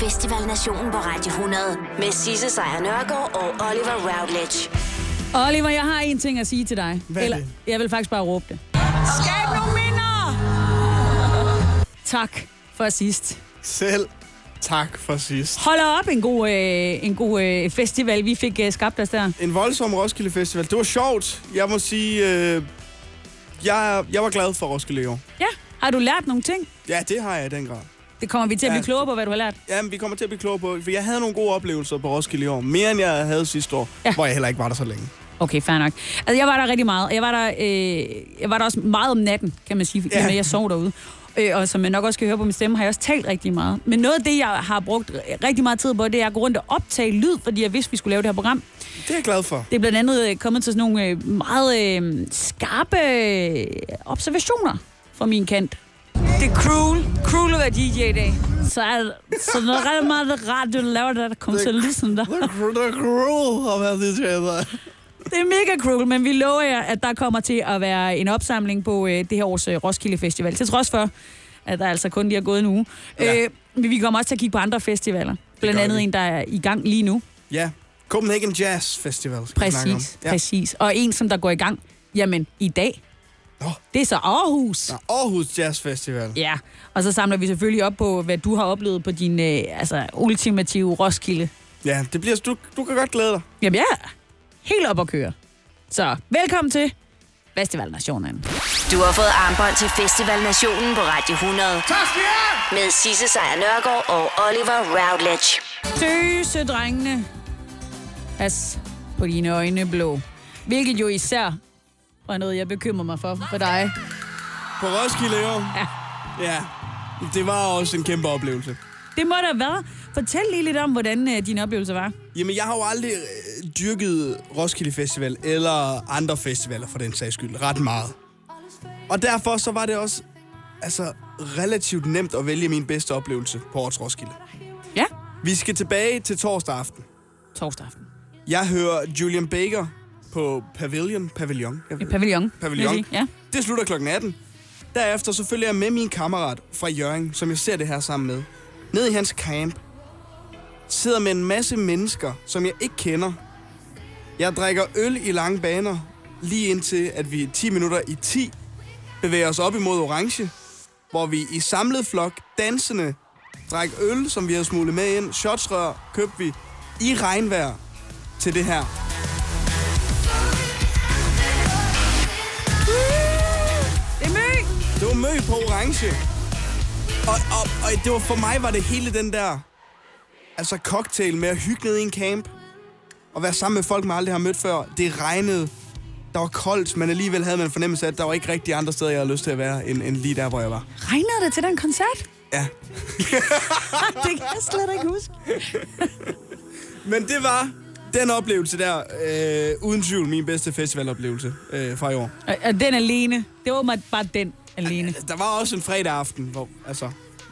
Festival Nationen på Radio 100 med Sisse Sejr Nørgaard og Oliver Routledge. Oliver, jeg har en ting at sige til dig. Hvad er det? Jeg vil faktisk bare råbe det. Skab nogle minder! Tak for sidst. Selv tak for sidst. Hold op en god, øh, en god øh, festival, vi fik øh, skabt os der. En voldsom Roskilde Festival. Det var sjovt. Jeg må sige, øh, jeg, jeg var glad for Roskilde i år. Ja, har du lært nogle ting? Ja, det har jeg i den grad. Det kommer vi til at Ja. blive klogere på, hvad du har lært. Jamen, vi kommer til at blive klogere på, for jeg havde nogle gode oplevelser på Roskilde i år. Mere end jeg havde sidste år, Ja. ja. hvor jeg heller ikke var der så længe. Okay, fair nok. Altså, jeg var der rigtig meget. Jeg var der, øh, jeg var der også meget om natten, kan man sige, Ja. ja. jeg sov derude. Øh, og som man nok også kan høre på min stemme, har jeg også talt rigtig meget. Men noget af det, jeg har brugt rigtig meget tid på, det er at gå rundt og optage lyd, fordi jeg vidste, vi skulle lave det her program. Det er jeg glad for. Det er blandt andet øh, kommet til sådan nogle øh, meget øh, skarpe øh, observationer fra min kant. Det er cruel. Cruel at være DJ i dag. Så er så noget ret meget radio, der laver det, der kommer til at lyde sådan der. Det er cr- det er cruel at være det tæder. Det er mega cruel, men vi lover jer, at der kommer til at være en opsamling på øh, det her års øh, Roskilde Festival. Til trods for, at der altså kun lige er gået en uge. Ja. Øh, men vi kommer også til at kigge på andre festivaler. Blandt gør andet vi. en, der er i gang lige nu. Ja, Copenhagen Jazz Festival. skal vi snakke om. Præcis, ja. præcis. Og en, som der går i gang, jamen, i dag. Nå. Det er så Aarhus. Nå, Aarhus Jazz Festival. Ja. Ja, og så samler vi selvfølgelig op på, hvad du har oplevet på din øh, altså, ultimative Roskilde. ja det bliver, du, du kan godt glæde dig. Jamen ja, helt op at køre. Så velkommen til Festival Nationen. Du har fået armbånd til Festival Nationen på Radio 100 Tak skal I have! med Sisse Sejr Nørgaard og Oliver Routledge. Døse drengene, pas på dine øjne blå. Hvilket jo især var noget, jeg bekymrer mig for for dig. På Roskilde i år. Ja. Ja, det var også en kæmpe oplevelse. Det må der være. Fortæl lige lidt om, hvordan øh, din oplevelse var. Jamen, jeg har jo aldrig øh, dyrket Roskilde Festival eller andre festivaler for den sags skyld ret meget. Og derfor så var det også altså, relativt nemt at vælge min bedste oplevelse på årets Roskilde. Ja, Vi skal tilbage til torsdag aften. torsdag aften. Jeg hører Julian Baker på Pavilion. Pavilion. Jeg I ved- pavillon. vil Pavillon. jeg sige. Ja. Det slutter klokken 18. Derefter så følger jeg med min kammerat fra Jørgen, som jeg ser det her sammen med. Ned i hans camp. Sidder med en masse mennesker, som jeg ikke kender. Jeg drikker øl i lange baner, lige indtil at vi 10 minutter i 10 bevæger os op imod orange, hvor vi i samlet flok, dansende, drak øl, som vi havde smuglet med ind, shotsrør, købte vi i regnvejr til det her. Det er my! Det var mø på orange. Og, og, og det var for mig var det hele den der altså cocktail med at hygge ned i en camp. Og være sammen med folk, man aldrig har mødt før. Det regnede. Der var koldt, men alligevel havde man en fornemmelse af, at der var ikke rigtig andre steder, jeg havde lyst til at være, end, end lige der, hvor jeg var. Regnede det til den koncert? Ja. Det kan jeg slet ikke huske. Men det var den oplevelse der, øh, uden tvivl, min bedste festivaloplevelse øh, fra i år. Og, og den alene. Det var mig bare den alene. Der var også en fredag aften, hvor altså,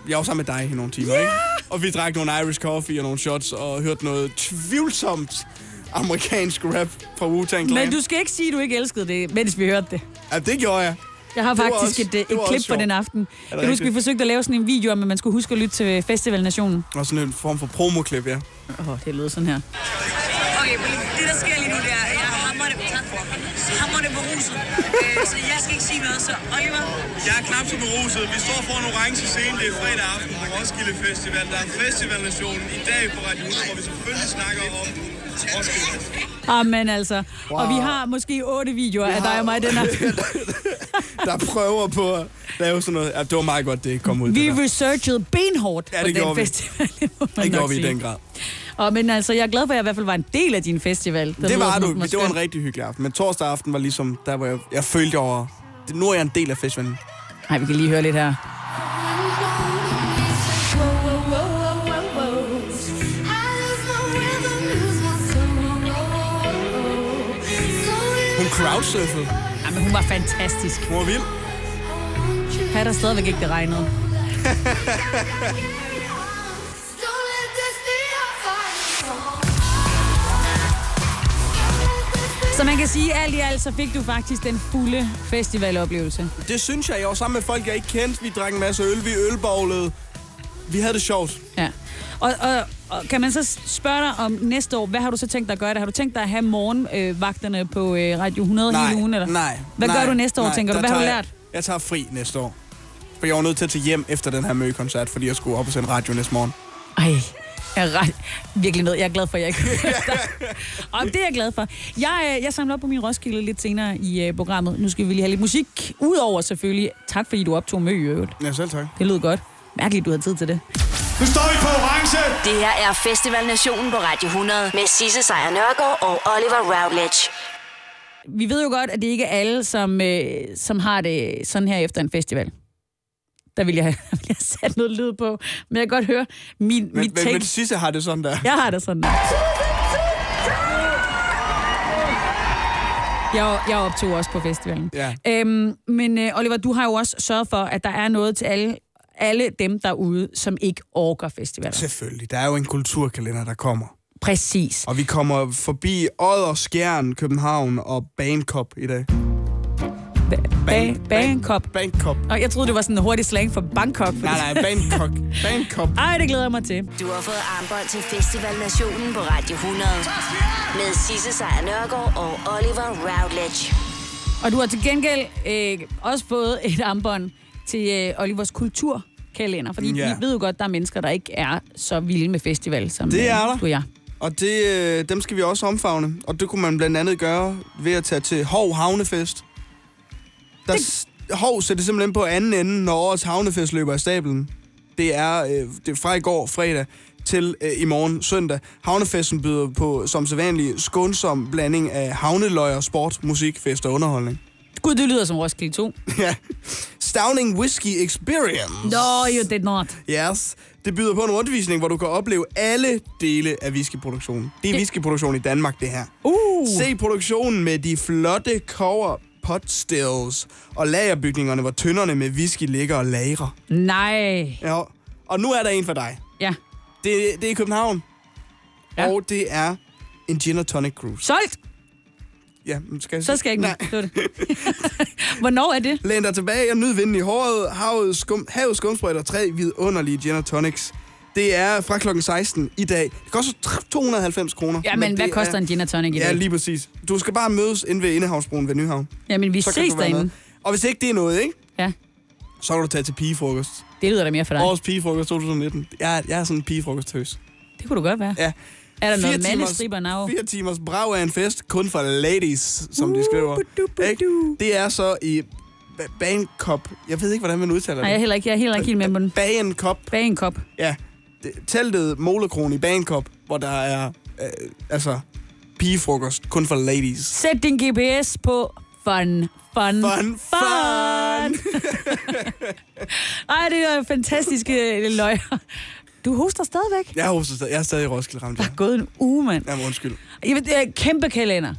jeg var sammen med dig i nogle timer, yeah! ikke? Og vi drak nogle Irish coffee og nogle shots og hørte noget tvivlsomt amerikansk rap fra Wu-Tang Clan. Men du skal ikke sige, at du ikke elskede det, mens vi hørte det. Ja, det gjorde jeg. Jeg har Det var faktisk også- et, øh, det et var klip også fra sjovt. den aften. Kan du huske, rigtigt? vi forsøgte at lave sådan en video om, at man skulle huske at lytte til Festival Nationen? Og sådan en form for promoklip, ja. Åh, oh, det lød sådan her. Okay, det der sker lige nu, det er, at jeg er hammerende, tak for, hammerende beruset. Øh, så jeg skal ikke sige noget, så Oliver, Jeg er knap så beruset. Vi står foran orange scene. Det er fredag aften på Roskilde Festival. Der er Festivalnationen i dag på Radio 100, hvor vi selvfølgelig snakker om Roskilde Festival. Amen altså. Wow. Og vi Wow. har måske otte videoer af dig og mig den aften. Der prøver på at lave sådan noget. Ja, det var meget godt, det kom ud. det der. Vi researchede benhårdt Ja, på det den gjorde vi. festival. må man det nok gjorde vi i sige. den grad. Og, men altså, jeg er glad for, at jeg i hvert fald var en del af din festival. Det lyder var som du. om, Det var skønt. en rigtig hyggelig aften. Men torsdag aften var ligesom der, hvor jeg, jeg følte over... det- Nu er jeg en del af festivalen. Nej, vi kan lige høre lidt her. Hun crowdsurfede. Jamen, hun var fantastisk. Hun var vild. Her der stadigvæk ikke det regnede. Så man kan sige, alt i alt, så fik du faktisk den fulde festivaloplevelse. Det synes jeg. Jeg var sammen med folk, jeg ikke kendte. Vi drak en masse øl. Vi ølbowlede. Vi havde det sjovt. Ja. Og, og, og kan man så spørge dig om næste år, hvad har du så tænkt dig at gøre? det? Har du tænkt dig at have morgenvagterne på øh, Radio 100 Nej, hele ugen? Eller? nej. Hvad nej, gør du næste år, nej, tænker du? der Hvad har du tager lært? Jeg, jeg tager fri næste år. For jeg var nødt til at tage hjem efter den her møgekoncert, fordi jeg skulle op og sende radio næste morgen. Ej, jeg er ret, virkelig nød. Jeg er glad for, at jeg ikke hørte dig. Og det er jeg glad for. Jeg, øh, jeg samler op på min Roskilde lidt senere i øh, programmet. Nu skal vi lige have lidt musik. Udover selvfølgelig, tak fordi du optog med i øvrigt. Ja, selv tak. Det lød godt. Mærkeligt, du havde tid til det. Nu står vi på orange. Det her er Festival Nationen på Radio 100 med Sisse Sejr Nørgaard og Oliver Routledge. Vi ved jo godt, at det ikke er alle, som, øh, som har det sådan her efter en festival. Der ville jeg, der ville jeg have sat noget lyd på. Men jeg kan godt høre, min, Men, mit men, take... men Sisse har det sådan der. Jeg har det sådan. Jeg, jeg optog også på festivalen. Ja. Øhm, men øh, Oliver, du har jo også sørget for, at der er noget til alle, alle dem derude, som ikke orker festivaler. Selvfølgelig. Der er jo en kulturkalender, der kommer. Præcis. Og vi kommer forbi Odder, Skjern, København og Bankop i dag. Ba- Bangkok. Bankop. Og jeg troede, det var sådan en hurtig slang for Bangkok. Nej, nej, Bangkok. Bangkop. Ej, det glæder jeg mig til. Du har fået armbånd til Festival Nationen på Radio 100 med Sisse Sejr Nørgaard og Oliver Routledge. Og du har til gengæld øh, også fået et armbånd til øh, Olivers kulturkalender. Fordi Ja. vi ved jo godt, der er mennesker, der ikke er så vilde med festival, som Det øh, er der. du og jeg. Og det, øh, dem skal vi også omfavne. Og det kunne man blandt andet gøre ved at tage til Hov Havnefest. Der det... Hov sætter simpelthen på anden ende, når årets havnefest løber af stablen. Det er, øh, det er fra i går fredag til øh, i morgen søndag. Havnefesten byder på, som sædvanlig, skånsom blanding af havneløjer, sport, musik, fest og underholdning. Gud, det lyder som Roskilde 2. Ja. Stavning Whiskey Experience. No, you did not. Yes. Det byder på en undervisning, hvor du kan opleve alle dele af whiskyproduktionen. Det er whiskyproduktion i Danmark, det her. Uh. Se produktionen med de flotte cover pot stills og lagerbygningerne, hvor tønderne med whisky ligger og lagrer. Nej. Ja. Og nu er der en for dig. Ja. Det, det er i København. Ja. Ja. Og det er en gin and tonic cruise. Solgt! Ja, men skal jeg Så sige- skal jeg ikke Nej. med. Det var det. Hvornår er det? Læn dig tilbage og nyd vinden i håret, havet, skum, havet skumsprøjt og tre vidunderlige gin and tonics. Det er fra klokken 16 i dag. Det koster tr- 290 kroner. Jamen, men hvad det koster er, en gin og tonic i Ja, dag? lige præcis. Du skal bare mødes inde ved Indehavsbroen ved Nyhavn. Jamen, vi Så kan ses du være med. derinde. Og hvis ikke det er noget, ikke? Ja, Så kan du tage til pigefrokost. det lyder da mere for dig. Årets pigefrokost 2019. Jeg, er- jeg er sådan en pigefrokosttøs. Det kunne du godt være. Ja. Er der noget Fire timers- mandestriber now? Fire timers brag af en fest, kun for ladies, som de skriver. Uh. Ikke? Det er så i Ba- Bangkok. Jeg ved ikke, hvordan man udtaler Nej, jeg er det. heller ikke, jeg er heller ikke helt med på den. Bangkok. Bag en kop. Ja, det- teltet Molekron i Bangkok, hvor der er øh, altså pigefrokost kun for ladies. Sæt din GPS på fun, fun, Fun, fun! Ej, det er fantastiske øh, løjer. Du hoster stadigvæk. Jeg, hoster, stadig- jeg er stadig i Roskilde ramt. Der er gået en uge, mand. Jamen, undskyld. Jamen, det er en kæmpe kalender.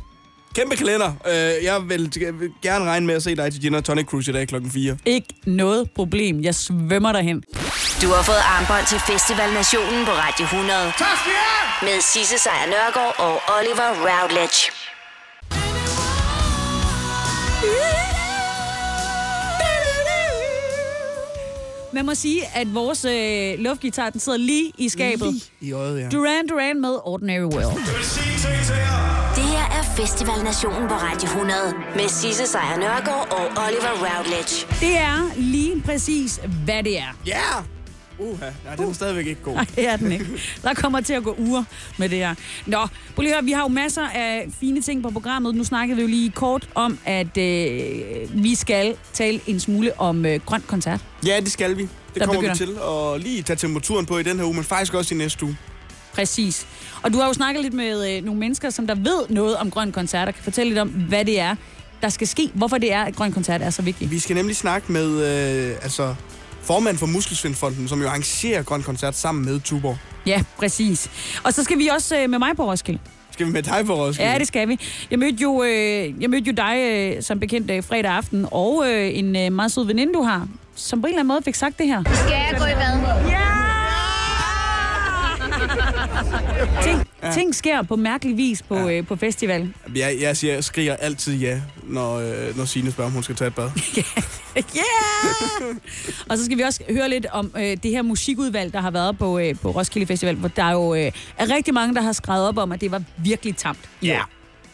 Kæmpe kalender. Øh, jeg vil jeg vil gerne regne med at se dig til Gin Tonic Cruise i dag klokken 4. Ikke noget problem. Jeg svømmer derhen. Du har fået armbånd til Festival Nationen på Radio 100 Tak skal I have. med Sisse Sejr Nørgaard og Oliver Routledge. Man må sige, at vores øh, luftgitar, den sidder lige i skabet. I øjet, ja. Duran Duran med Ordinary World. Jeg vil sige en ting til jer. Det her er Festival Nationen på Radio 100 med Sisse Sejr Nørgaard og Oliver Routledge. Det er lige præcis, hvad det er. Ja! Uha, nej, den er stadigvæk ikke god. Uh. Nej, det er den ikke. Der kommer til at gå uger med det her. Nå, prøv lige at høre, vi har jo masser af fine ting på programmet. Nu snakkede vi jo lige kort om, at øh, vi skal tale en smule om øh, grøn koncert. Ja, det skal vi. Det Der kommer begynder. vi til at lige tage temperaturen på i den her uge, men faktisk også i næste uge. Præcis. Og du har jo snakket lidt med øh, nogle mennesker, som der ved noget om Grøn Koncert, og kan fortælle lidt om, hvad det er, der skal ske. Hvorfor det er, at Grøn Koncert er så vigtig. Vi skal nemlig snakke med øh, altså, formanden for Muskelsvindfonden, som jo arrangerer Grøn Koncert sammen med Tuborg. Ja, præcis. Og så skal vi også øh, med mig på Roskilde. Skal vi med dig på Roskilde? Ja, det skal vi. Jeg mødte jo, øh, jeg mødte jo dig øh, som bekendt øh, fredag aften, og øh, en øh, meget sød veninde, du har, som på en eller anden måde fik sagt det her. Skal jeg gå i bad? Ting, ja. ting sker på mærkelig vis på, ja. øh, på festival. Jeg, jeg, siger, jeg skriger altid ja, når, øh, når Signe spørger, om hun skal tage et bad. Yeah! og så skal vi også høre lidt om øh, det her musikudvalg, der har været på, øh, på Roskilde Festival, hvor der jo øh, er rigtig mange, der har skrevet op om, at det var virkelig tamt. Ja.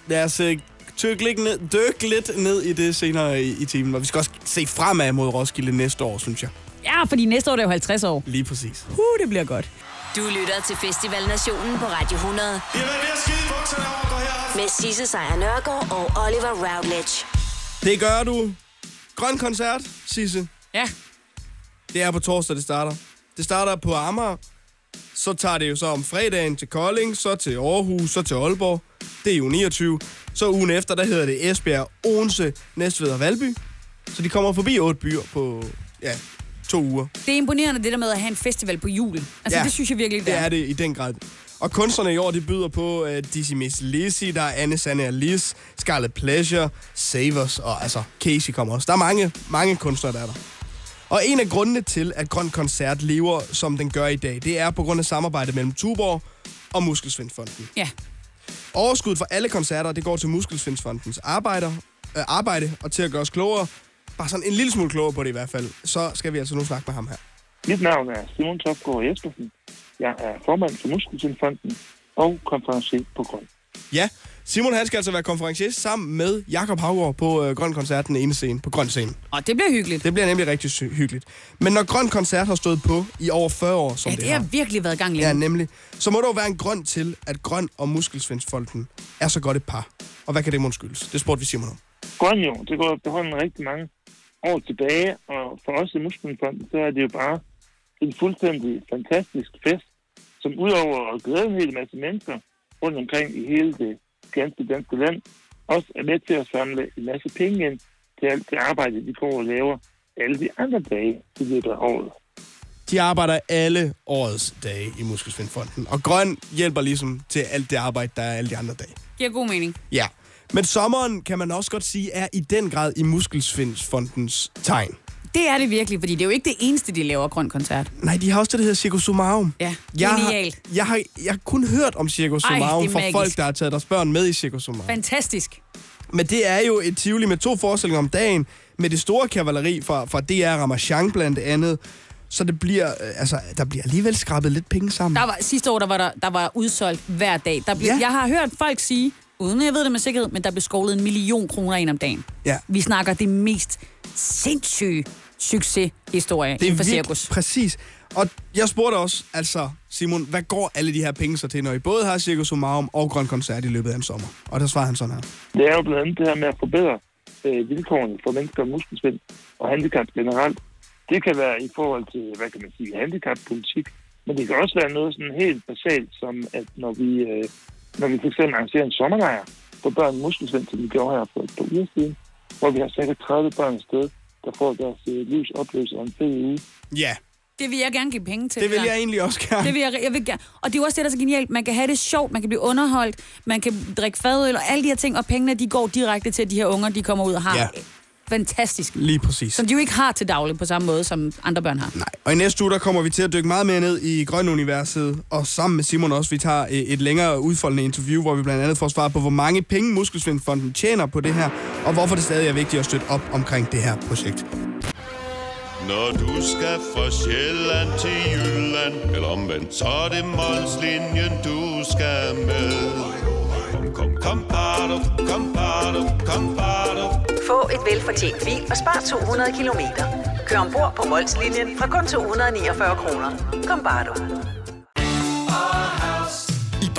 Lad os øh, dykke lidt, ned, dykke lidt ned i det senere i, i timen, og vi skal også se fremad mod Roskilde næste år, synes jeg. Ja, fordi næste år er det jo 50 år. Lige præcis. Uh, det bliver godt. Du lytter til Festival Nationen på Radio 100 I har været ved at skide i bukserne over og gå herop. med Sisse Sejr Nørgaard og Oliver Routledge. Det gør du. Grøn koncert, Sisse. Ja. Det er på torsdag, det starter. Det starter på Amager. Så tager det jo så om fredagen til Kolding, så til Aarhus, så til Aalborg. Det er jo 29. Så ugen efter, der hedder det Esbjerg, Odense, Næstved og Valby. Så de kommer forbi otte byer på, ja, to uger. Det er imponerende, det der med at have en festival på julen. Altså, ja. det synes jeg virkelig, det er. det i den grad. Og kunstnerne i år, de byder på uh, Dizzy Miss Lizzy, der er Anne Sanne og Liz, Scarlet Pleasure, Savers og altså Casey kommer også. Der er mange, mange kunstnere, der er der. Og en af grundene til, at Grøn Koncert lever, som den gør i dag, det er på grund af samarbejdet mellem Tuborg og Muskelsvindfonden. Ja. Overskuddet fra alle koncerter, det går til Muskelsvindfondens arbejder, øh, arbejde og til at gøre os klogere. Bare sådan en lille smule klogere på det i hvert fald. Så skal vi altså nu snakke med ham her. Mit navn er Simon Topgaard Jespersen. Jeg er formand for Muskelsindfonden og konferencier på Grøn. Ja, Simon han skal altså være konferencier sammen med Jakob Havgaard på øh, Grøn Koncert den ene scene, på Grøn Scene. Og det bliver hyggeligt. Det bliver nemlig rigtig sy- hyggeligt. Men når Grøn Koncert har stået på i over 40 år, som Ja, det, det har har, virkelig været i gang længe. ja, nemlig, så må der jo være en grund til, at Grøn og Muskelsvindsfolken er så godt et par. Og hvad kan det måske skyldes? Det spurgte vi Simon om. Grøn jo, det går efterhånden rigtig mange år tilbage, og for os i Muskelsindfonden, så er det jo bare en fuldstændig fantastisk fest, som udover at glæde en hel masse mennesker rundt omkring i hele det ganske danske land, også er med til at samle en masse penge ind til alt det arbejde, de går og laver alle de andre dage i løbet af året. De arbejder alle årets dage i Muskelsvindfonden. Og Grøn hjælper ligesom til alt det arbejde, der er alle de andre dage. Giver god mening. Ja. Men sommeren, kan man også godt sige, er i den grad i Muskelsvindfondens tegn. Det er det virkelig, fordi det er jo ikke det eneste, de laver grøn koncert. Nej, de har også det, der hedder Circus Sumarum. Ja, jeg har, jeg, genialt. har, jeg har kun hørt om Circus Ej, det er Sumarum fra magisk. folk, der har taget deres børn med i Circus Sumarum. Fantastisk. Men det er jo et tivoli med to forestillinger om dagen, med det store kavaleri fra, fra DR Ramachan blandt andet. Så det bliver, øh, altså, der bliver alligevel skrabet lidt penge sammen. Der var, sidste år, der var, der, der var udsolgt hver dag. Der blev, Ja. ja. Jeg har hørt folk sige, uden at jeg ved det med sikkerhed, men der blev skovlet en million kroner ind om dagen. Ja. Vi snakker det mest sindssyge succeshistorie inden for virkelig- cirkus. Præcis. Og jeg spurgte også, altså Simon, hvad går alle de her penge så til, når I både har Circus Sumarum og Grøn Koncert i løbet af en sommer? Og der svarede han sådan her. Det er jo blandt andet det her med at forbedre øh, vilkårene for mennesker med muskelsvind og handicap generelt. Det kan være i forhold til, hvad kan man sige, handicappolitik, men det kan også være noget sådan helt basalt, som at når vi, øh, når vi fx arrangerer en sommerlejr for børn med muskelsvind, som vi gjorde her for et par uger siden, hvor vi har cirka 30 børn afsted, der får deres øh, livs oplevelse om en fed uge. Ja, Det vil jeg gerne give penge til. det vil der. jeg egentlig også gerne. Det vil jeg, jeg vil gerne. Og det er jo også det, der er så genialt. Man kan have det sjovt, man kan blive underholdt, man kan drikke fadøl og alle de her ting, og pengene de går direkte til, at de her unger de kommer ud og har Ja. ja. fantastisk. Lige præcis. Som de jo ikke har til daglig på samme måde, som andre børn har. Nej. Og i næste uge, der kommer vi til at dykke meget mere ned i Grønuniverset, og sammen med Simon også, vi tager øh, et længere udfoldende interview, hvor vi blandt andet får svar på, hvor mange penge Muskelsvindfonden tjener på det her, og hvorfor det stadig er vigtigt at støtte op omkring det her projekt. Når du skal fra Sjælland til Jylland Eller omvendt, så er det Molslinjen, du skal med Kom, kom, kom, bado, kom, bado, kom, bado. Få et velfortjent bil og spar 200 kilometer. Kør ombord på Molslinjen fra kun 249 kroner. Kom bare du. I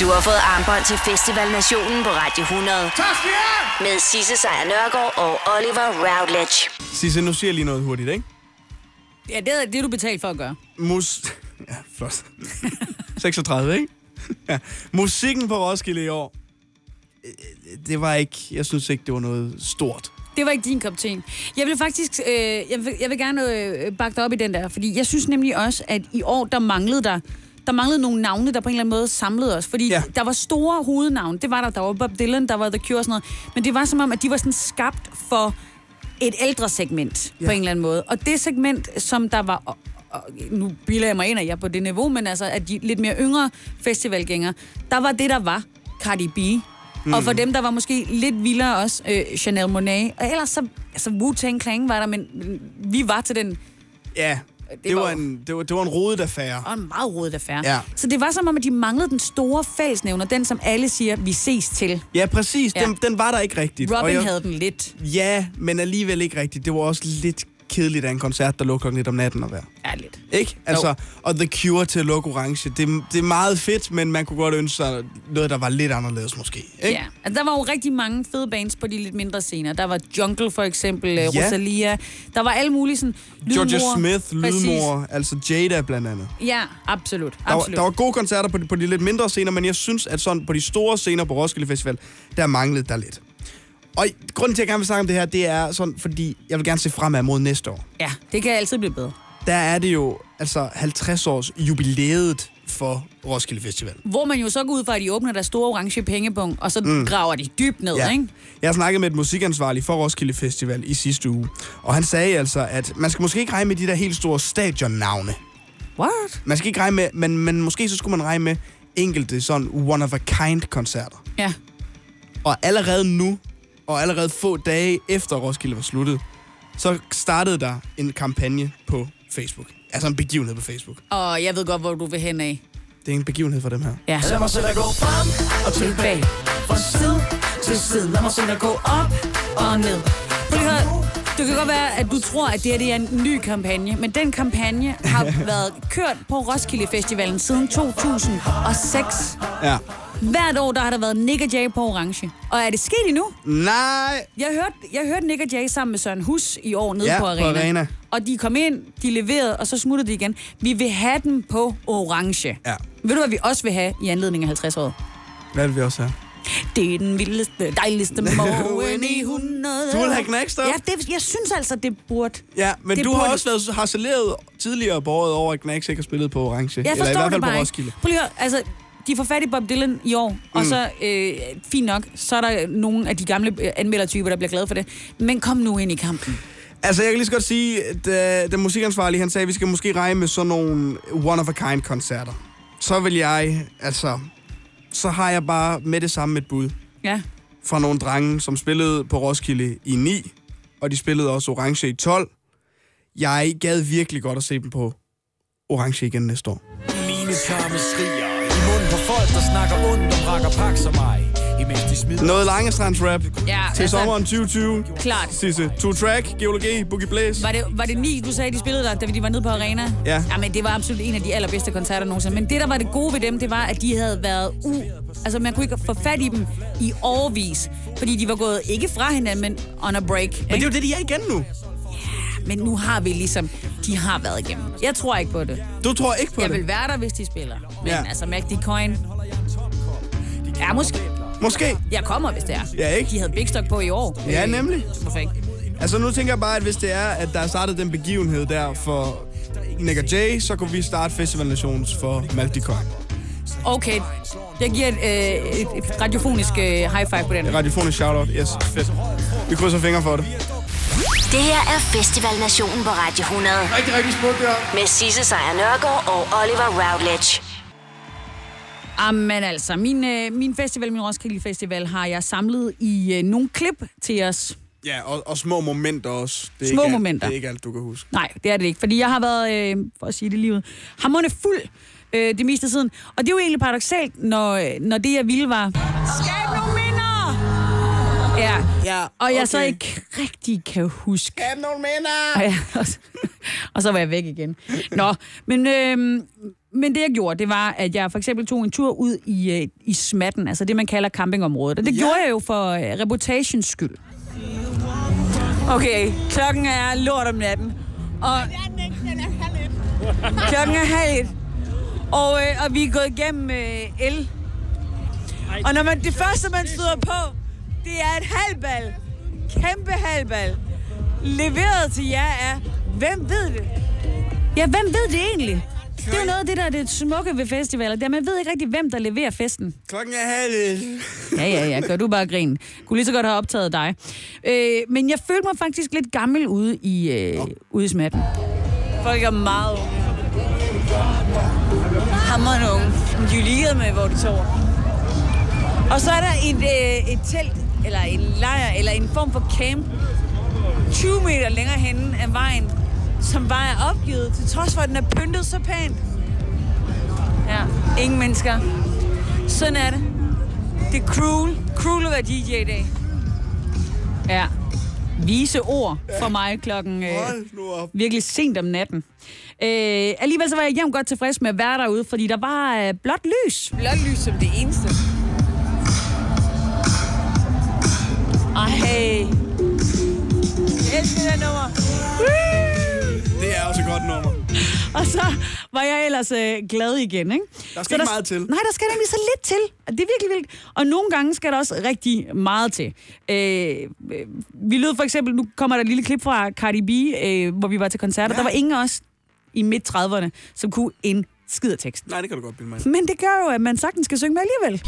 Du har fået armbånd til Festival Nationen på Radio 100. Tak skal I have! Med Sisse Sejr Nørgaard og Oliver Routledge. Sisse, nu siger jeg lige noget hurtigt, ikke? Ja, det er det, er du betalt for at gøre. Mus... Ja, flot. 36, ikke? Ja. Musikken på Roskilde i år, øh, det var ikke... Jeg synes ikke, det var noget stort. Det var ikke din kop te. Jeg vil faktisk, øh, jeg, vil, jeg vil gerne øh, bakke dig op i den der, fordi jeg synes nemlig også, at i år, der manglede der, der manglede nogle navne, der på en eller anden måde samlede os. Fordi ja. der var store hovednavne. Det var der. Der var Bob Dylan, der var The Cure og sådan noget. Men det var som om, at de var sådan skabt for et ældre segment ja. på en eller anden måde. Og det segment, som der var... Og, og, nu bilder jeg mig ind, at jeg er på det niveau, men altså, at de lidt mere yngre festivalgængere, der var det, der var Cardi B. Mm. Og for dem, der var måske lidt vildere også, øh, Chanel Monet. Og ellers så, altså Wu-Tang Clan var der, men men vi var til den Ja, det, det, var, Ah. var, en, det, var, det var en rodet affære. og en meget rodet affære. Ja. Så det var som om, at de manglede den store fællesnævner, den som alle siger, vi ses til. Ja, præcis. Ja. Den, den var der ikke rigtigt. Robin Og jeg... havde den lidt. Ja, men alligevel ikke rigtigt. Det var også lidt kedeligt af en koncert, der lukker klokken lidt om natten og være. Ja, lidt. Ikke? Altså, og The Cure til at lukke orange. Det, det er meget fedt, men man kunne godt ønske sig noget, der var lidt anderledes måske. Ikke? Ja, altså, der var jo rigtig mange fede bands på de lidt mindre scener. Der var Jungle for eksempel, ja. Rosalia. Der var alle mulige sådan... Georgia lydmor. Smith, Præcis. Lydmor, altså Jada blandt andet. Ja, absolut. Der var, absolut. der var gode koncerter på de, på de lidt mindre scener, men jeg synes, at sådan på de store scener på Roskilde Festival, der manglede der lidt. Og i- grunden til, at jeg gerne vil snakke om det her, det er sådan, fordi jeg vil gerne se fremad mod næste år. Ja, det kan altid blive bedre. Der er det jo altså 50 års jubilæet for Roskilde Festival. Hvor man jo så går ud fra, at de åbner der store orange pengebunk, og så mm. graver de dybt ned, ja. ikke? Jeg snakkede med et musikansvarlig for Roskilde Festival i sidste uge, og han sagde altså, at man skal måske ikke regne med de der helt store stadionnavne. What? Man skal ikke regne med, men, men måske så skulle man regne med enkelte sådan one-of-a-kind-koncerter. Ja. Og allerede nu, og allerede få dage efter Roskilde var sluttet, så startede der en kampagne på Facebook. Altså en begivenhed på Facebook. Og jeg ved godt, hvor du vil hen af. Det er en begivenhed for dem her. Ja. Lad mig se dig gå frem og tilbage, fra side til side. Lad mig se dig gå op og ned. Prøv lige at høre. Det kan godt være, at du tror, at det her det er en ny kampagne, men den kampagne har været kørt på Roskilde Festivalen siden 2006. Ja. Hvert år, der har der været Nick og Jay på orange. Og er det sket endnu? Nej! Jeg hørte, jeg hørte Nick og Jay sammen med Søren Hus i år nede Ja, på, på arena. Arena. Og de kom ind, de leverede, og så smuttede de igen. Vi vil have dem på orange. Ja. Ved du, hvad vi også vil have i anledning af 50 år? Hvad vil vi også have? Det er den vildeste, dejligste morgen i 100 Du vil have år. knækster? Ja, det, jeg synes altså, det burde. Ja, men Det det du har burde- også været harceleret tidligere på året over, at Knacks ikke har spillet på Orange. Jeg eller i forstår hvert fald det bare på ikke. Roskilde. Prøv lige at høre, altså, de får fat i Bob Dylan i år, mm. og Mm. så, øh, fint nok, så er der nogle af de gamle øh, anmeldertyper, der bliver glade for det. Men kom nu ind i kampen. Altså, jeg kan lige så godt sige, at øh, den musikansvarlige, han sagde, at vi skal måske regne med sådan nogle one-of-a-kind-koncerter. Så vil jeg, altså, så har jeg bare med det samme et bud Ja. fra nogle drenge, som spillede på Roskilde i 9, og de spillede også Orange i 12. Jeg gad virkelig godt at se dem på Orange igen næste år. Mine tarme skriger i munden på folk, der snakker ondt om rakker pak som mig. Imens de smider... Noget Langestrands rap Ja, til altså- sommeren 2020. Klart. Sisse, to track, geologi, boogie blæs. Var det, var det ni, du sagde, de spillede der, da de var nede på arena? Ja. Jamen, det var absolut en af de allerbedste koncerter nogensinde. Men det, der var det gode ved dem, det var, at de havde været u... Altså, man kunne ikke få fat i dem i årvis, fordi de var gået ikke fra hinanden, men on a break. Men det er jo det, de er igen nu. Men nu har vi ligesom, de har været igennem. Jeg tror ikke på det. Du tror ikke på jeg det? Jeg vil være der, hvis de spiller. Men Ja. ja. altså, Magdi Coin... Ja, måske. Måske. Jeg kommer, hvis det er. Ja, ikke? De havde Big Stock på i år. Ja, Øh, nemlig. Hvorfor ikke? Altså nu tænker jeg bare, at hvis det er, at der er startet den begivenhed der for Nick og Jay, så kunne vi starte Festival Nations for Maldi Kong. Okay, jeg giver et, øh, et, et radiofonisk øh, high five på den. Radiofonisk shoutout, yes, fedt. Vi krydser fingre for det. Det her er Festival Nationen på Radio 100. Rigtig, rigtig smukt, det Med Sisse Sejr Nørgaard og Oliver Routledge. Jamen altså, min, øh, min festival, min Roskilde Festival, har jeg samlet i øh, nogle klip til os. Ja, og, og små momenter også. Det er ikke Små alt- momenter. Det er ikke alt, du kan huske. Nej, det er det ikke, fordi jeg har været, øh, for at sige det livet, hammerne fuld øh, det meste af tiden. Og det er jo egentlig øh, paradoxalt, når, når det, jeg ville, var... Skab nogle minder! Ja, Ja, og jeg så ikke rigtig kan huske. Skab nogle minder! Og, jeg, og, så, og så var jeg væk igen. Nå, men, øhm, men det jeg gjorde, det var, at jeg for eksempel tog en tur ud i, øh, i smatten, altså det man kalder campingområdet. Og det ja. gjorde jeg jo for øh, reputations skyld. Okay, klokken er lort om natten. Og klokken er halv et. Og, øh, og vi er gået igennem øh, el. Og når man, det første, man støder på, det er et halvbal. Kæmpe halvbal. Leveret til jer er, hvem ved det? Ja, hvem ved det egentlig? Det er jo noget af det, der er det smukke ved festivaler. Det er, man ved ikke rigtig, hvem der leverer festen. Klokken er halv. Ja, ja, ja. Gør du bare grin. Kunne lige så godt have optaget dig. Øh, men jeg følte mig faktisk lidt gammel ude i, øh, ude i smatten. Folk er meget unge. Hammerne unge. De er jo ligeglade med, hvor de sover. Og så er der et, øh, et telt, eller en lejr, eller en form for camp, 20 meter længere henne af vejen, som bare er opgivet, til trods for, at den er pyntet så pænt. Ja, ingen mennesker. Sådan er det. Det er cruel. Cruel at være DJ i dag. Ja. Vise ord for mig klokken øh, virkelig sent om natten. Øh, alligevel så var jeg jævnt godt tilfreds med at være derude, fordi der var øh, blåt lys. Blåt lys som det eneste. Ej. Jeg elsker det her nummer. Det er også et godt nummer. Og så var jeg ellers øh, glad igen, ikke? Der skal Så ikke meget til. Nej, der skal nemlig så lidt til. Og Det er virkelig vildt. Og nogle gange skal der også rigtig meget til. Øh, øh, vi lød for eksempel, nu kommer der et lille klip fra Cardi B, øh, hvor vi var til koncerter. Ja. Der var ingen af os i midt-30'erne, som kunne en skid af teksten. Nej, det kan du godt bilde mig ind. Men det gør jo, at man sagtens skal synge med alligevel.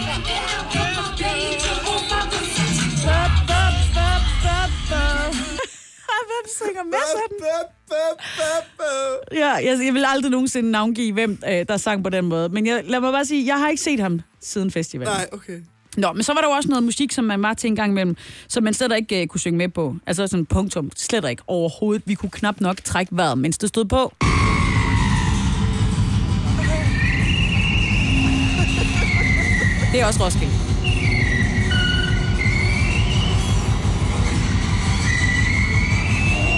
Hvem synger med sådan? Ja, jeg, jeg vil aldrig nogensinde navngive, hvem øh, der sang på den måde. Men jeg, lad mig bare sige, jeg har ikke set ham siden festivalen. Nej, okay. Nå, men så var der jo også noget musik, som man var til en gang imellem, som man slet ikke øh, kunne synge med på. Altså sådan punktum. Slet ikke overhovedet. Vi kunne knap nok trække vejret, mens det stod på. Det er også Roskilde.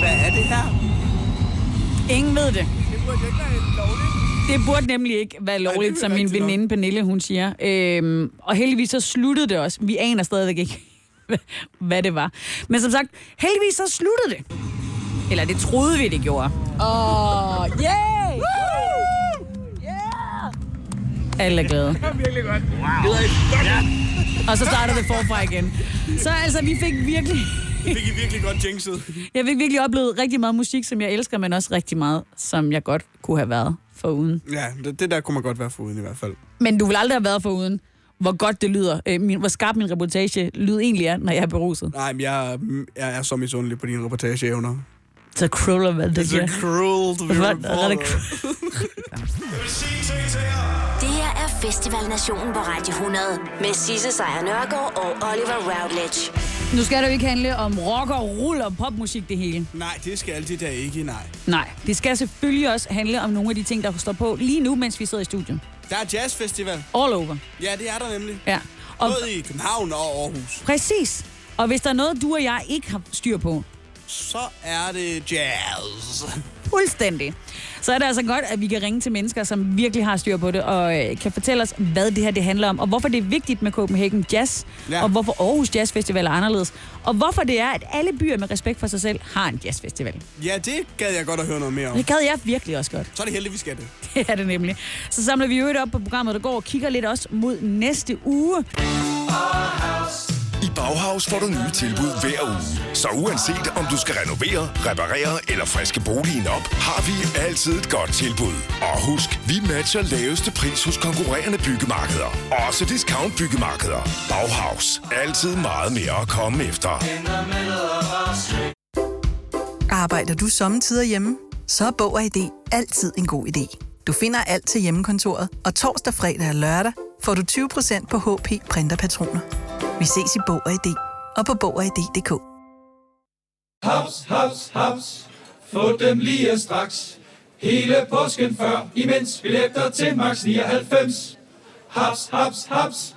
Hvad er det her? Ingen ved det. Det burde ikke være lovligt. Det burde nemlig ikke være lovligt, er som min rigtigt nok. veninde Pernille, hun siger. Øhm, og heldigvis så sluttede det også. Vi aner stadigvæk ikke, hvad det var. Men som sagt, heldigvis så sluttede det. Eller det troede vi, det gjorde. Åh, oh, yay! Alle er glade. var virkelig godt. Wow. Og så starter det forfra igen. Så altså, vi fik virkelig... Fik I virkelig godt jinxet? Jeg fik virkelig oplevet rigtig meget musik, som jeg elsker, men også rigtig meget, som jeg godt kunne have været foruden. Ja, det, det der kunne man godt være foruden i hvert fald. Men du vil aldrig have været foruden, hvor godt det lyder, øh, min, hvor skarp min reportage lyd egentlig er, når jeg er beruset. Nej, men jeg, er- mm, jeg er så misundelig på dine reportageevner. Så cruel hvad det Så giver. cruel, du Hvad- bliver hvad er det reportet. Det her er Festival Nationen på Radio 100 med Sisse Sejr Nørgaard og Oliver Routledge. Nu skal det jo ikke handle om rock og rull og popmusik det hele. Nej, det skal altid da ikke, nej. Nej, det skal selvfølgelig også handle om nogle af de ting, der står på lige nu, mens vi sidder i studiet. Der er jazzfestival. All over. Ja, det er der nemlig. Ja. Og... Både i København og Aarhus. Præcis. Og hvis der er noget, du og jeg ikke har styr på, Så er det jazz. Fuldstændig. Så er det altså godt, at vi kan ringe til mennesker, som virkelig har styr på det, og øh, kan fortælle os, hvad det her det handler om, og hvorfor det er vigtigt med Copenhagen Jazz, Ja. ja. og hvorfor Aarhus Jazz Festival er anderledes, og hvorfor det er, at alle byer med respekt for sig selv har en jazzfestival. Ja, det gad jeg godt at høre noget mere om. Det gad jeg virkelig også godt. Så er det heldigt, vi skal det. Det er det nemlig. Så samler vi jo et op på programmet, der går og kigger lidt også mod næste uge. I Bauhaus får du nye tilbud hver uge. Så uanset om du skal renovere, reparere eller friske boligen op, har vi altid et godt tilbud. Og husk, vi matcher laveste pris hos konkurrerende byggemarkeder. Også discount byggemarkeder. Bauhaus. Altid meget mere at komme efter. Arbejder du sommetider hjemme? Så er Bog og ID altid en god idé. Du finder alt til hjemmekontoret, og torsdag, fredag og lørdag får du 20% på HP printerpatroner. Vi ses i Bog og ID og på Bog og ID.dk. Haps, haps, haps. Få dem lige straks. Hele påsken før, imens billetter til max 99. Haps, haps, haps.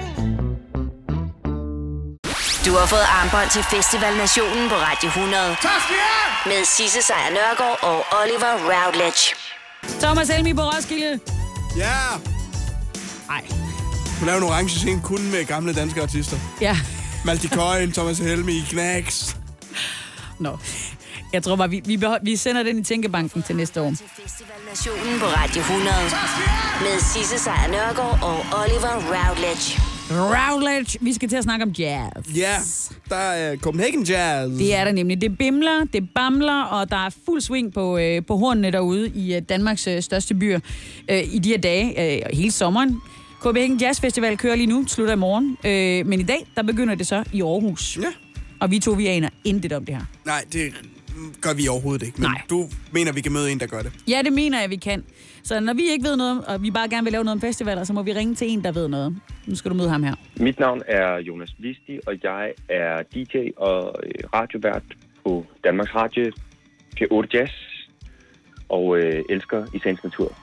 Du har fået armbånd til Festival Nationen på Radio 100. Tak skal Med Sisse Sejr Nørgaard og Oliver Routledge. Thomas Helmi på Roskilde. Ja! Nej. Hun er jo en orange scene kun med gamle danske artister. Ja. Malte Coyne, Thomas Helmi, Knacks. Nå. Jeg tror bare, vi, vi, behold, vi sender den i Tænkebanken til næste år. Nationen på Radio 100. Med Sisse Sejr Nørgaard og Oliver Routledge. Routledge, vi skal til at snakke om jazz. Ja, der er Copenhagen Jazz. Det er der nemlig. Det bimler, det bamler, og der er fuld sving på, øh, på hornene derude i øh, Danmarks øh, største byer øh, i de her dage, øh, og hele sommeren. Copenhagen Jazz Festival kører lige nu, slutter i morgen. Øh, men i dag, der begynder det så i Aarhus. Ja. Og vi to, vi aner intet om det her. Nej, det gør vi overhovedet ikke. Men Nej. du mener, vi kan møde en, der gør det. Ja, det mener jeg, vi kan. Så når vi ikke ved noget, om- og vi bare gerne vil lave noget om festivaler, så må vi ringe til en, der ved noget. Nu skal du møde ham her. Mit navn er Jonas Blisti, og jeg er DJ og øh, radiovært på Danmarks Radio P8 Jazz, og øh, elsker i sagens natur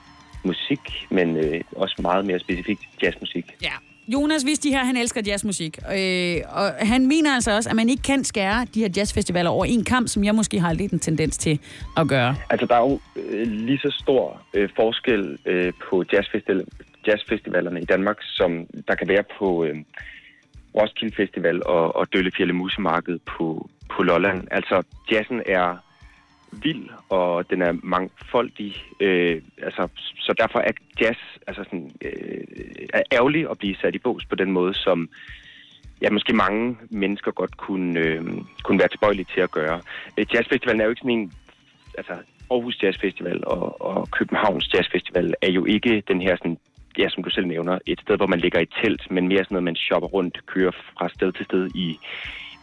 musik, men øh, også meget mere specifikt jazzmusik. Ja. Jonas vidste de her, han elsker jazzmusik. Øh, og han mener altså også, at man ikke kan skære de her jazzfestivaler over en kamp, som jeg måske har lidt en tendens til at gøre. Altså, der er jo øh, lige så stor øh, forskel øh, på jazzfestival, jazzfestivalerne i Danmark, som der kan være på øh, Roskilde Festival og, og Døllefjælde Musemarked på, på Lolland. Altså, jazzen er vild, og den er mangfoldig. Øh, altså, så derfor er jazz altså sådan, øh, er ærgerlig at blive sat i bås på den måde, som ja, måske mange mennesker godt kunne, øh, kunne være tilbøjelige til at gøre. Øh, jazzfestivalen er jo ikke sådan en altså Aarhus Jazz Festival og, og Københavns Jazz Festival er jo ikke den her sådan, ja, som du selv nævner, et sted, hvor man ligger i telt, men mere sådan noget, man shopper rundt, kører fra sted til sted i,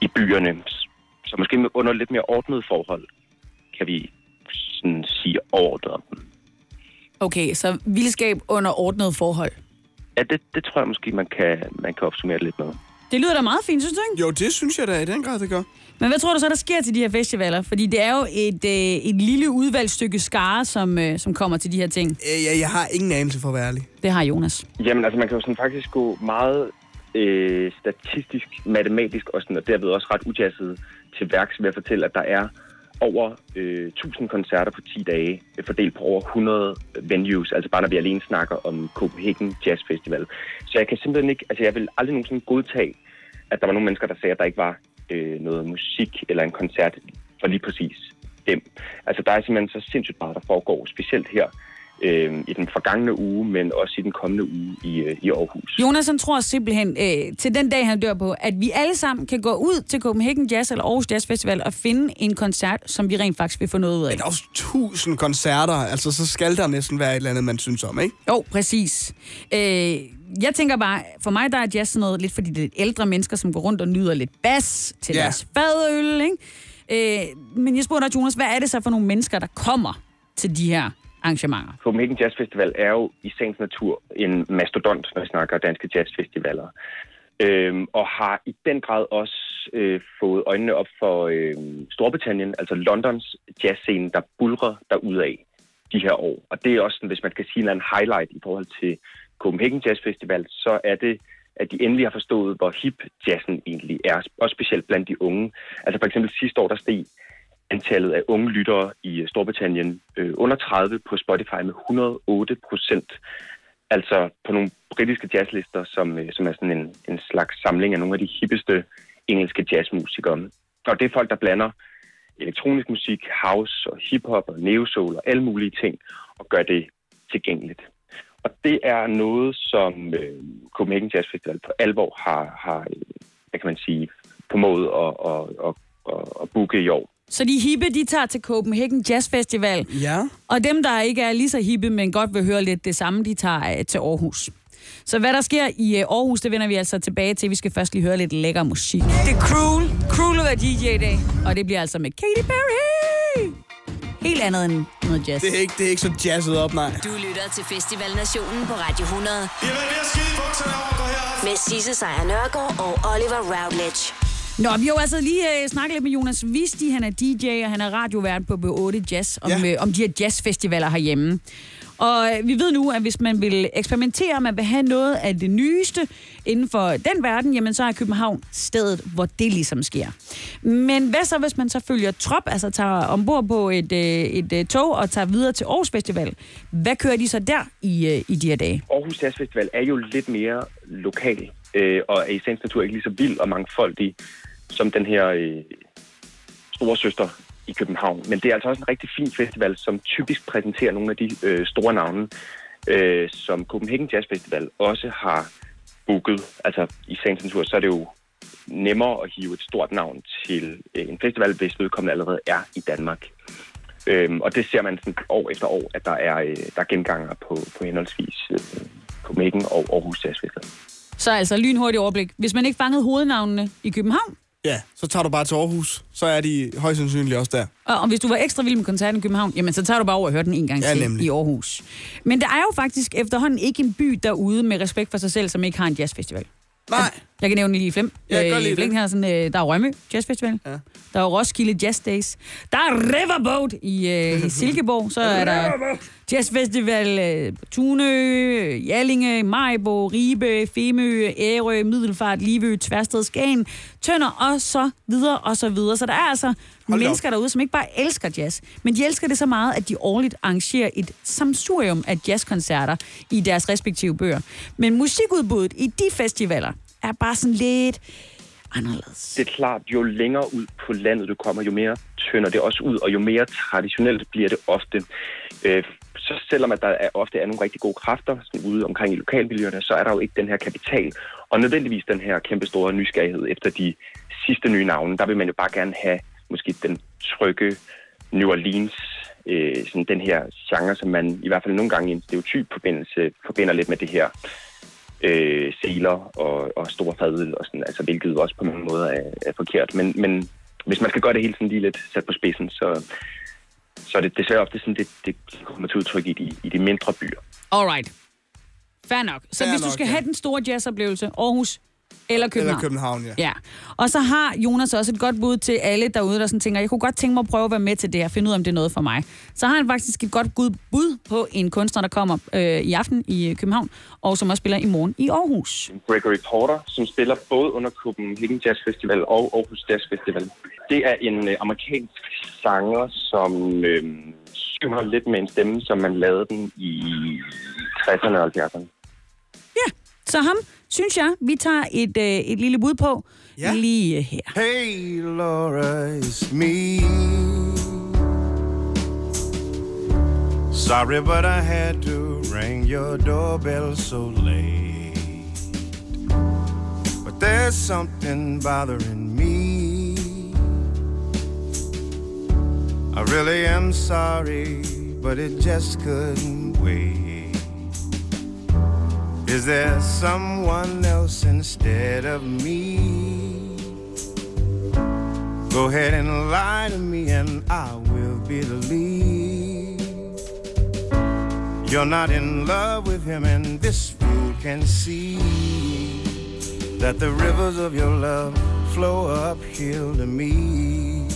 i byerne. Så måske under lidt mere ordnede forhold, kan vi sådan sige overordnet om dem. Okay, så vildskab under ordnet forhold. Ja, det, det tror jeg måske, man kan, man kan opsummere det lidt med. Det lyder da meget fint, synes du ikke? Jo, det synes jeg da i den grad, det gør. Men hvad tror du så, der sker til de her festivaler? Fordi det er jo et, øh, et lille udvalgsstykke skare, som, øh, som kommer til de her ting. Øh, jeg, jeg har ingen anelse for at være ærlig. Det har Jonas. Jamen, altså man kan jo sådan faktisk gå meget øh, statistisk, matematisk og, sådan, og derved også ret udjasset til værks ved at fortælle, at der er over øh, 1000 koncerter på 10 dage, øh, fordelt på over 100 venues, altså bare når vi alene snakker om Copenhagen Jazz Festival. Så jeg kan simpelthen ikke, altså jeg vil aldrig nogensinde godtage, at der var nogle mennesker, der sagde, at der ikke var øh, noget musik eller en koncert for lige præcis dem. Altså der er simpelthen så sindssygt meget, der foregår, specielt her øh, i den forgangne uge, men også i den kommende uge i, øh, i Aarhus. Jonas han tror simpelthen øh, til den dag, han dør på, at vi alle sammen kan gå ud til Copenhagen Jazz eller Aarhus Jazz Festival og finde en koncert, som vi rent faktisk vil få noget ud af. Der er også tusind koncerter, altså så skal der næsten være et eller andet, man synes om, ikke? Jo, præcis. Øh, jeg tænker bare, for mig der er jazz sådan noget lidt, fordi det er lidt ældre mennesker, som går rundt og nyder lidt bas til Ja. yeah. deres fadøl, ikke? Øh, men jeg spurgte dig, Jonas, hvad er det så for nogle mennesker, der kommer til de her arrangementer? Copenhagen Jazz Festival er jo i sagens natur en mastodont, når vi snakker danske jazzfestivaler. Øhm, og har i den grad også øh, fået øjnene op for øh, Storbritannien, altså Londons jazzscene, der bulrer derudad de her år. Og det er også, sådan, hvis man kan sige en eller anden highlight i forhold til Copenhagen Jazz Festival, så er det, at de endelig har forstået, hvor hip jazzen egentlig er, også specielt blandt de unge. Altså for eksempel sidste år, der steg antallet af unge lyttere i øh, Storbritannien øh, under 30 på Spotify med 108 procent. Altså på nogle britiske jazzlister, som, øh, som er sådan en, en slags samling af nogle af de hippeste engelske jazzmusikere. Og det er folk, der blander elektronisk musik, house og hiphop og neosoul og alle mulige ting, og gør det tilgængeligt. Og det er noget, som øh, Copenhagen Jazz Festival på alvor har, har øh, hvad kan man sige, formået at, at, at, at, at booke i år. Så de hippe, de tager til Copenhagen Jazz Festival. Ja. Og dem, der ikke er lige så hippe, men godt vil høre lidt det samme, de tager øh, til Aarhus. Så hvad der sker i øh, Aarhus, det vender vi altså tilbage til. Vi skal først lige høre lidt lækker musik. Det er Cruel. Cruel er DJ i dag. Og det bliver altså med Katy Perry. Helt andet end noget jazz. Det er ikke, det er ikke så jazzet op, nej. Du lytter til Festival Nationen på Radio 100. Med Sisse Sejr Nørgaard og Oliver Routledge. Nå, vi har jo altså lige øh, snakket lidt med Jonas Visti. Han er DJ, og han er radiovært på B8 Jazz, om, ja. øh, om de her jazzfestivaler herhjemme. Og øh, vi ved nu, at hvis man vil eksperimentere, man vil have noget af det nyeste inden for den verden, jamen så er København stedet, hvor det ligesom sker. Men hvad så, hvis man så følger trop, altså tager ombord på et, øh, et øh, tog og tager videre til Aarhus Festival? Hvad kører de så der i, øh, i de her dage? Aarhus Jazz Festival er jo lidt mere lokal, øh, og er i sagens natur ikke lige så vild og mangfoldig som den her øh, store søster i København. Men det er altså også en rigtig fin festival, som typisk præsenterer nogle af de øh, store navne, øh, som Copenhagen Jazz Festival også har booket. Altså i sagens natur, så er det jo nemmere at hive et stort navn til øh, en festival, hvis vedkommende allerede er i Danmark. Øhm, og det ser man sådan år efter år, at der er, øh, der er genganger på, på henholdsvis øh, Copenhagen og Aarhus Jazz Festival. Så altså lynhurtigt overblik. Hvis man ikke fangede hovednavnene i København, Ja, så tager du bare til Aarhus. Så er de højst sandsynligt også der. Og, og hvis du var ekstra vild med koncerten i København, jamen så tager du bare over og hører den en gang Ja, til nemlig. i Aarhus. Men der er jo faktisk efterhånden ikke en by derude med respekt for sig selv, som ikke har en jazzfestival. Nej. Jeg kan nævne lige i Flem. Ja, jeg kan godt lide i Flem det. her, sådan, øh, der er Rømø Jazz Festival. Ja. Der er Roskilde Jazz Days. Der er Riverboat i, øh, i Silkeborg. Så er der Jazz Festival øh, Tunø, Jallinge, Majbo, Ribe, Femø, Ærø, Middelfart, Livø, Tværsted, Skagen, Tønder og så videre og så videre. Så der er altså Hold Hold da op. mennesker derude, som ikke bare elsker jazz, men de elsker det så meget, at de årligt arrangerer et samsurium af jazzkoncerter i deres respektive bøger. Men musikudbuddet i de festivaler er bare sådan lidt... Det er klart, jo længere ud på landet du kommer, jo mere tynder det også ud, og jo mere traditionelt bliver det ofte. Øh, Så selvom at der er, ofte er nogle rigtig gode kræfter sådan ude omkring i lokalmiljøerne, så er der jo ikke den her kapital, og nødvendigvis den her kæmpe store nysgerrighed efter de sidste nye navne. Der vil man jo bare gerne have måske den trygge New Orleans, øh, sådan den her genre, som man i hvert fald nogle gange i en stereotyp forbindelse forbinder lidt med det her øh, seler og, og stor fadel, og sådan, altså, hvilket jo også på mange måder er, er forkert. Men, men hvis man skal gøre det hele sådan lige lidt sat på spidsen, så, så er det desværre ofte sådan, det, det kommer til udtryk i de, i de mindre byer. Alright. Fair nok. Så Fair Fair hvis du nok, skal ja. ja. have den store jazzoplevelse, Aarhus eller København. Eller København, ja. Ja. Og så har Jonas også et godt bud til alle derude, der sådan tænker, jeg kunne godt tænke mig at prøve at være med til det her, finde ud af, om det er noget for mig. Så har han faktisk et godt gud- bud på en kunstner, der kommer øh, i aften i øh, København, og som også spiller i morgen i Aarhus. Gregory Porter, som spiller både under Copenhagen Jazz Festival og Aarhus Jazz Festival. Det er en øh, amerikansk sanger, som øh, synger lidt med en stemme, som man lavede den i 60'erne og 70'erne. Så ham, synes jeg, vi tager et, øh, et lille bud på ja. lige her. Hey Laura, it's me. Sorry, but I had to ring your doorbell so late. But there's something bothering me. I really am sorry, but it just couldn't wait. Is there someone else instead of me? Go ahead and lie to me, and I will believe you're not in love with him, and this fool can see that the rivers of your love flow uphill to me.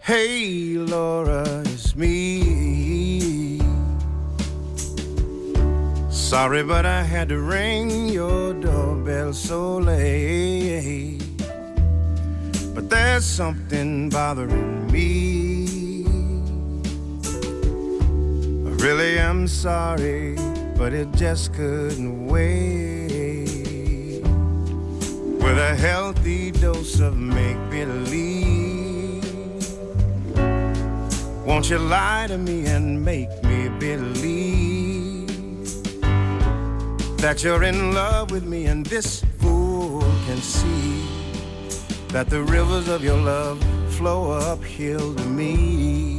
Hey, Laura, it's me. Sorry, but I had to ring your doorbell so late. But there's something bothering me. I really am sorry, but it just couldn't wait. With a healthy dose of make believe, won't you lie to me and make me believe? that you're in love with me, and this fool can see that the rivers of your love flow uphill to me.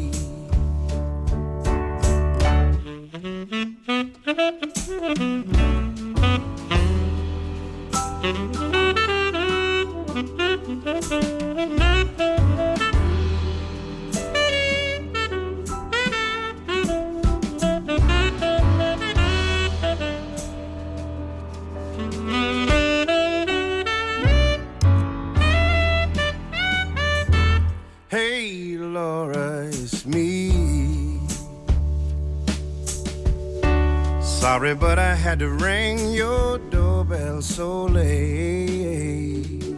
Sorry, but I had to ring your doorbell so late.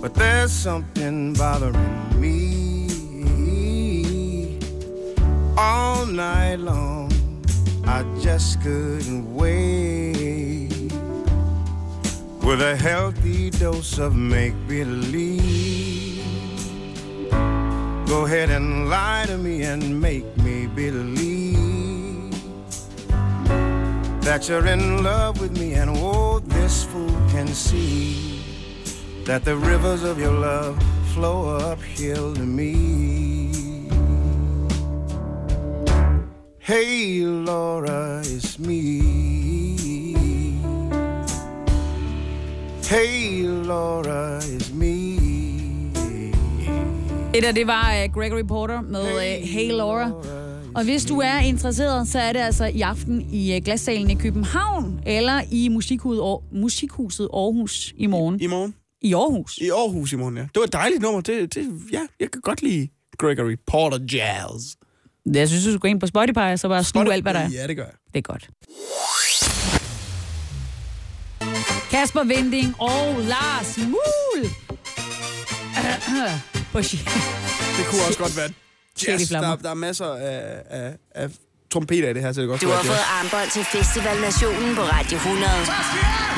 But there's something bothering me all night long. I just couldn't wait with a healthy dose of make believe. Go ahead and lie to me and make me believe that you're in love with me, and oh, this fool can see that the rivers of your love flow uphill to me. Hey, Laura, it's me. Hey, Laura, it's me. Det der, det var øh, Gregory Porter med øh, Hey Laura. Og hvis du er interesseret, så er det altså i aften i øh, Glassalen i København, eller i Musikhuset, Aar- Musikhuset Aarhus i morgen. I morgen. I Aarhus. I Aarhus i morgen, ja. Det var et dejligt nummer. Det, det, ja, jeg kan godt lide Gregory Porter Jazz. Jeg synes, du skal gå ind på Spotify, og så bare sluge alt, hvad der er. Ja, det gør jeg. Det er godt. Kasper Vinding og Lars Mul. på Det kunne også godt være jazz. Der, Sjæleflammer. der er masser af, af, af trompeter i det her, så det kan godt Du være har jazz. fået armbånd til Festival Nationen på Radio 100.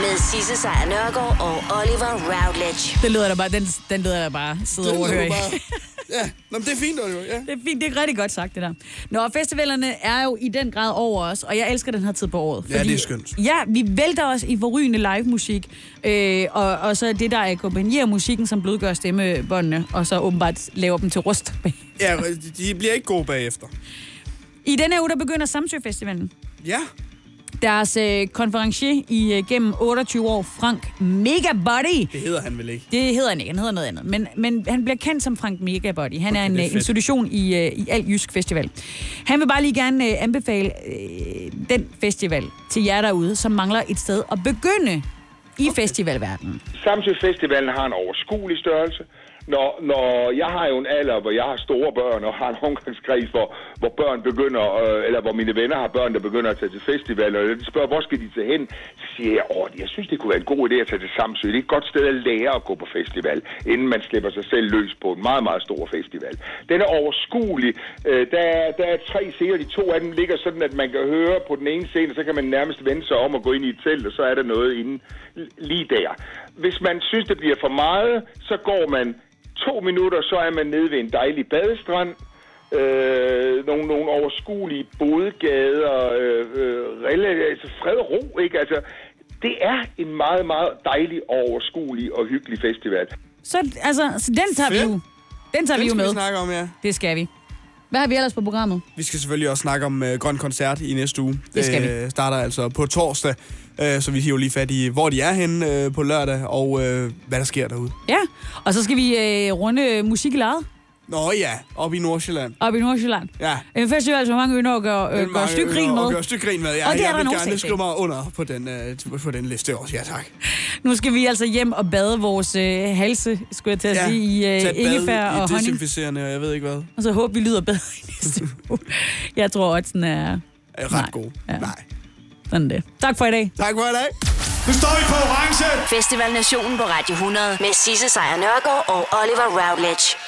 Med Sisse Sejr Nørgaard og Oliver Routledge. Det lyder da bare, den, den lyder da bare sidde Den og overhøre lyder bare- Ja, Nå, men det er fint, Oliver. Ja. Det er fint, det er rigtig godt sagt, det der. Nå, festivalerne er jo i den grad over os, og jeg elsker den her tid på året. Ja, det er skønt. Ja, vi vælter os i forrygende live-musik, øh, og, og så det, der akkompagnerer musikken, som blødgør stemmebåndene, og så åbenbart laver dem til rust. Ja, de bliver ikke gode bagefter. I denne her uge, der begynder Samsø-festivalen. Ja. Deres øh, konferencier i øh, gennem 28 år, Frank Megabody. Det hedder han vel ikke? Det hedder han ikke, han hedder noget andet. Men, men han bliver kendt som Frank Megabody. Han er en det er øh, fedt. institution i, øh, i Al Jysk Festival. Han vil bare lige gerne øh, anbefale øh, den festival til jer derude, som mangler et sted at begynde i okay. festivalverdenen. Samtidig festivalen har en overskuelig størrelse. Når, når jeg har jo en alder, hvor jeg har store børn og har en omgangskreds, hvor, hvor børn begynder, øh, eller hvor mine venner har børn, der begynder at tage til festival, og de spørger, hvor skal de tage hen? Så siger jeg, åh, jeg synes, det kunne være en god idé at tage til Samsø. Det er et godt sted at lære at gå på festival, inden man slipper sig selv løs på en meget, meget stor festival. Den er overskuelig. Øh, der, er, der er tre scener, de to af dem ligger sådan, at man kan høre på den ene scene, så kan man nærmest vende sig om og gå ind i et telt, og så er der noget inde l- lige der. Hvis man synes, det bliver for meget, så går man to minutter, så er man nede ved en dejlig badestrand, øh, nogle, nogle overskuelige bodegader, øh, øh, rela- altså fred og ro, ikke? Altså, det er en meget, meget dejlig, overskuelig og hyggelig festival. Så, altså, så den tager vi jo. Den tager Den vi jo skal med. vi snakke om, ja. Det skal vi. Hvad har vi ellers på programmet? Vi skal selvfølgelig også snakke om øh, Grøn Koncert i næste uge. Det skal vi. starter altså på torsdag, øh, så vi hiver lige fat i, hvor de er henne øh, på lørdag, og øh, hvad der sker derude. Ja, og så skal vi øh, runde øh, musik i lejet Nå ja, oppe i Nordsjælland. op i Nordsjælland. Ja. En festival, som mange ynder at gøre, Den øh, gøre mange styggrin ører med. Og gør styggrin med, ja. Og det er jeg der vil nogen gerne sag skrive mig under på den, øh, på den liste også. Ja, tak. Nu skal vi altså hjem og bade vores øh, halse, skulle jeg til at ja, sige, i Tag øh, et bad ingefær i og honning. desinficerende, og jeg ved ikke hvad. Og så håber vi lyder bedre i næste uge. Jeg tror, at den er... Er ret god. Ja. Nej. Sådan det. Tak for i dag. Tak for i dag. Nu står vi på orange. Festival Nationen på Radio 100. Med Sisse Sejr Nørgaard og Oliver Routledge.